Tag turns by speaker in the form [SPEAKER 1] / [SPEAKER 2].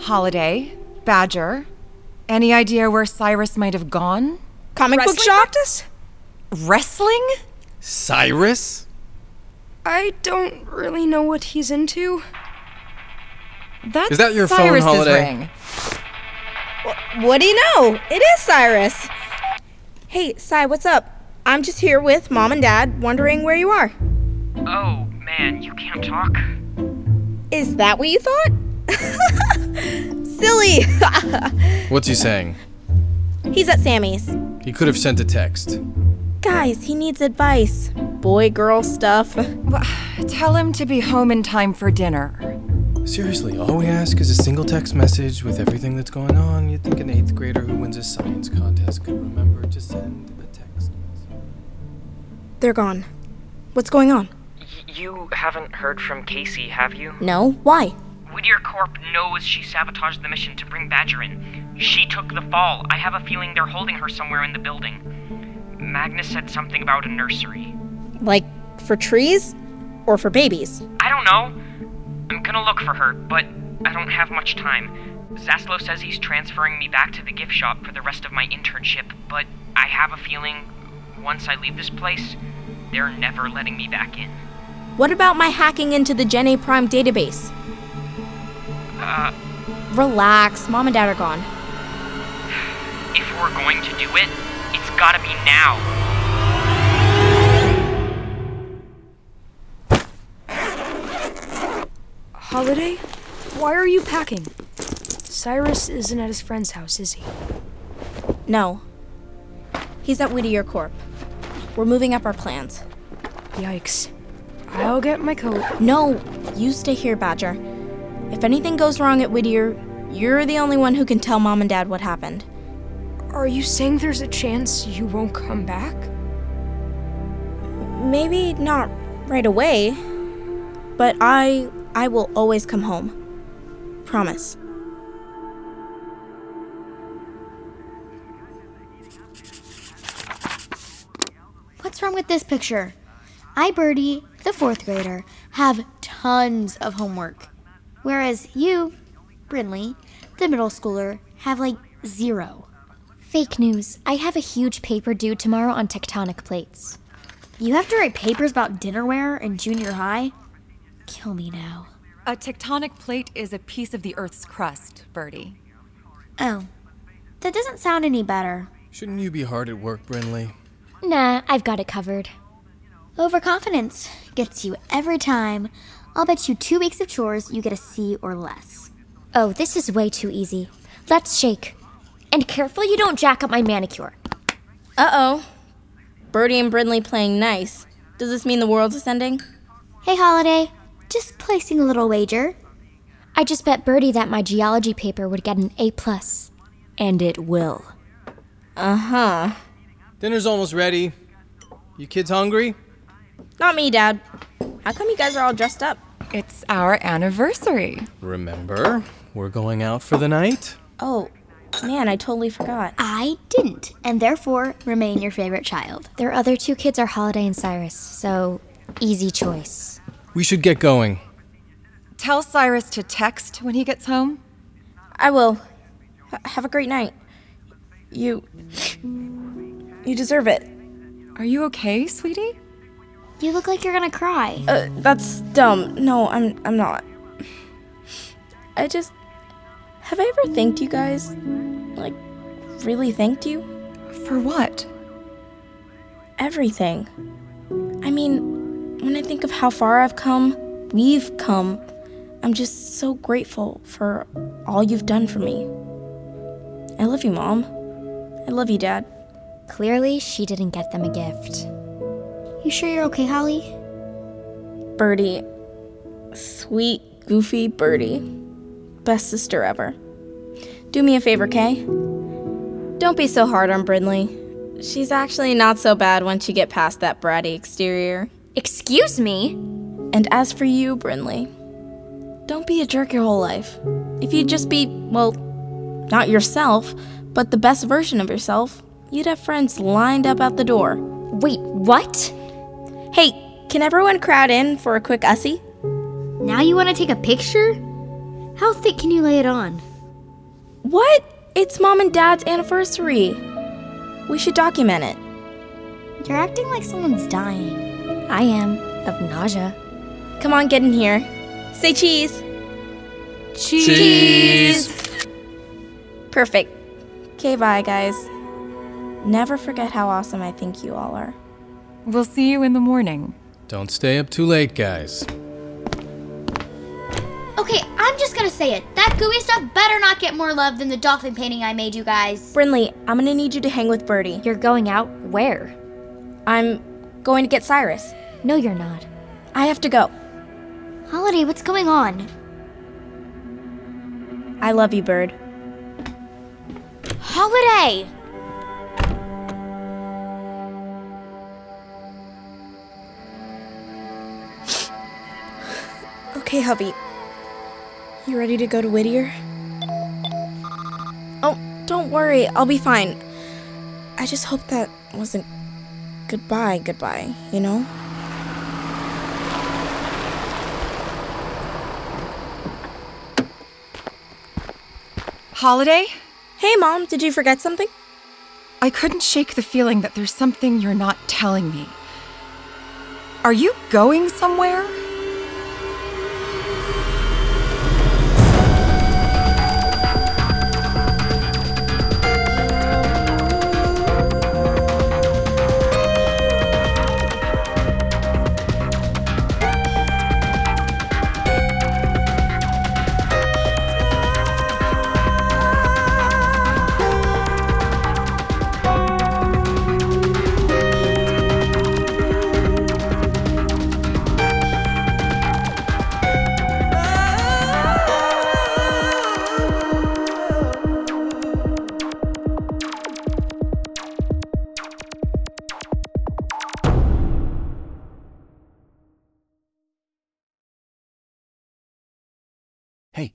[SPEAKER 1] Holiday, Badger. Any idea where Cyrus might have gone?
[SPEAKER 2] Comic book
[SPEAKER 3] Wrestling
[SPEAKER 2] shop?
[SPEAKER 3] practice?
[SPEAKER 1] Wrestling?
[SPEAKER 4] Cyrus?
[SPEAKER 3] I don't really know what he's into.
[SPEAKER 1] That's
[SPEAKER 4] Is that your phone,
[SPEAKER 1] Cyrus's
[SPEAKER 4] Holiday?
[SPEAKER 1] Ring.
[SPEAKER 2] What do you know? It is Cyrus. Hey, Cy, what's up? I'm just here with mom and dad, wondering where you are.
[SPEAKER 5] Oh, man, you can't talk?
[SPEAKER 2] Is that what you thought? Silly.
[SPEAKER 4] What's he saying?
[SPEAKER 2] He's at Sammy's.
[SPEAKER 4] He could have sent a text.
[SPEAKER 2] Guys, he needs advice. Boy girl stuff.
[SPEAKER 1] Tell him to be home in time for dinner.
[SPEAKER 4] Seriously, all we ask is a single text message with everything that's going on. You'd think an eighth grader who wins a science contest could remember to send a text.
[SPEAKER 2] They're gone. What's going on?
[SPEAKER 5] Y- you haven't heard from Casey, have you?
[SPEAKER 2] No, why?
[SPEAKER 5] Whittier Corp knows she sabotaged the mission to bring Badger in. She took the fall. I have a feeling they're holding her somewhere in the building. Magnus said something about a nursery.
[SPEAKER 2] Like for trees or for babies?
[SPEAKER 5] I don't know. I'm gonna look for her, but I don't have much time. Zaslow says he's transferring me back to the gift shop for the rest of my internship, but I have a feeling once I leave this place, they're never letting me back in.
[SPEAKER 2] What about my hacking into the Gen A Prime database?
[SPEAKER 5] Uh,
[SPEAKER 2] Relax, mom and dad are gone.
[SPEAKER 5] if we're going to do it, it's gotta be now.
[SPEAKER 3] Holiday? Why are you packing? Cyrus isn't at his friend's house, is he?
[SPEAKER 2] No. He's at Whittier Corp. We're moving up our plans.
[SPEAKER 3] Yikes. I'll get my coat.
[SPEAKER 2] No, you stay here, Badger. If anything goes wrong at Whittier, you're the only one who can tell mom and dad what happened.
[SPEAKER 3] Are you saying there's a chance you won't come back?
[SPEAKER 2] Maybe not right away, but I I will always come home. Promise.
[SPEAKER 6] What's wrong with this picture? I, Birdie, the fourth grader, have tons of homework. Whereas you, Brinley, the middle schooler, have like zero. Fake news. I have a huge paper due tomorrow on tectonic plates. You have to write papers about dinnerware in junior high? Kill me now.
[SPEAKER 1] A tectonic plate is a piece of the Earth's crust, Birdie.
[SPEAKER 6] Oh, that doesn't sound any better.
[SPEAKER 4] Shouldn't you be hard at work, Brinley?
[SPEAKER 6] Nah, I've got it covered. Overconfidence gets you every time. I'll bet you two weeks of chores you get a C or less. Oh, this is way too easy. Let's shake. And careful you don't jack up my manicure.
[SPEAKER 2] Uh oh. Birdie and Brindley playing nice. Does this mean the world's ascending?
[SPEAKER 6] Hey, Holiday. Just placing a little wager. I just bet Birdie that my geology paper would get an A. plus, And it will.
[SPEAKER 2] Uh huh.
[SPEAKER 4] Dinner's almost ready. You kids hungry?
[SPEAKER 2] Not me, Dad. How come you guys are all dressed up?
[SPEAKER 1] It's our anniversary.
[SPEAKER 4] Remember, we're going out for the night.
[SPEAKER 2] Oh, man, I totally forgot.
[SPEAKER 6] I didn't, and therefore remain your favorite child. Their other two kids are Holiday and Cyrus, so easy choice.
[SPEAKER 4] We should get going.
[SPEAKER 1] Tell Cyrus to text when he gets home.
[SPEAKER 2] I will. H- have a great night. You. You deserve it.
[SPEAKER 1] Are you okay, sweetie?
[SPEAKER 6] You look like you're gonna cry.
[SPEAKER 2] Uh, that's dumb. No, I'm. I'm not. I just. Have I ever thanked you guys? Like, really thanked you?
[SPEAKER 1] For what?
[SPEAKER 2] everything. I mean, when I think of how far I've come, we've come, I'm just so grateful for all you've done for me. I love you, Mom. I love you, Dad.
[SPEAKER 6] Clearly, she didn't get them a gift. You sure you're okay, Holly?
[SPEAKER 2] Birdie. Sweet, goofy Birdie. Best sister ever. Do me a favor, Kay. Don't be so hard on Brindley. She's actually not so bad once you get past that bratty exterior.
[SPEAKER 6] Excuse me?
[SPEAKER 2] And as for you, Brinley, don't be a jerk your whole life. If you'd just be, well, not yourself, but the best version of yourself, you'd have friends lined up out the door.
[SPEAKER 6] Wait, what?
[SPEAKER 2] Hey, can everyone crowd in for a quick ussy?
[SPEAKER 6] Now you wanna take a picture? How thick can you lay it on?
[SPEAKER 2] What? It's mom and dad's anniversary. We should document it.
[SPEAKER 6] You're acting like someone's dying. I am, of nausea.
[SPEAKER 2] Come on, get in here. Say cheese.
[SPEAKER 1] Cheese!
[SPEAKER 2] Perfect. Okay, bye, guys. Never forget how awesome I think you all are.
[SPEAKER 1] We'll see you in the morning.
[SPEAKER 4] Don't stay up too late, guys.
[SPEAKER 6] Okay, I'm just gonna say it. That gooey stuff better not get more love than the dolphin painting I made you guys.
[SPEAKER 2] Brinley, I'm gonna need you to hang with Birdie.
[SPEAKER 7] You're going out where?
[SPEAKER 2] I'm going to get Cyrus.
[SPEAKER 7] No, you're not.
[SPEAKER 2] I have to go.
[SPEAKER 6] Holiday, what's going on?
[SPEAKER 2] I love you, Bird.
[SPEAKER 6] Holiday!
[SPEAKER 2] Okay, hubby. You ready to go to Whittier? Oh, don't worry. I'll be fine. I just hope that wasn't goodbye, goodbye, you know?
[SPEAKER 1] Holiday?
[SPEAKER 2] Hey, Mom, did you forget something?
[SPEAKER 1] I couldn't shake the feeling that there's something you're not telling me. Are you going somewhere?
[SPEAKER 8] Hey,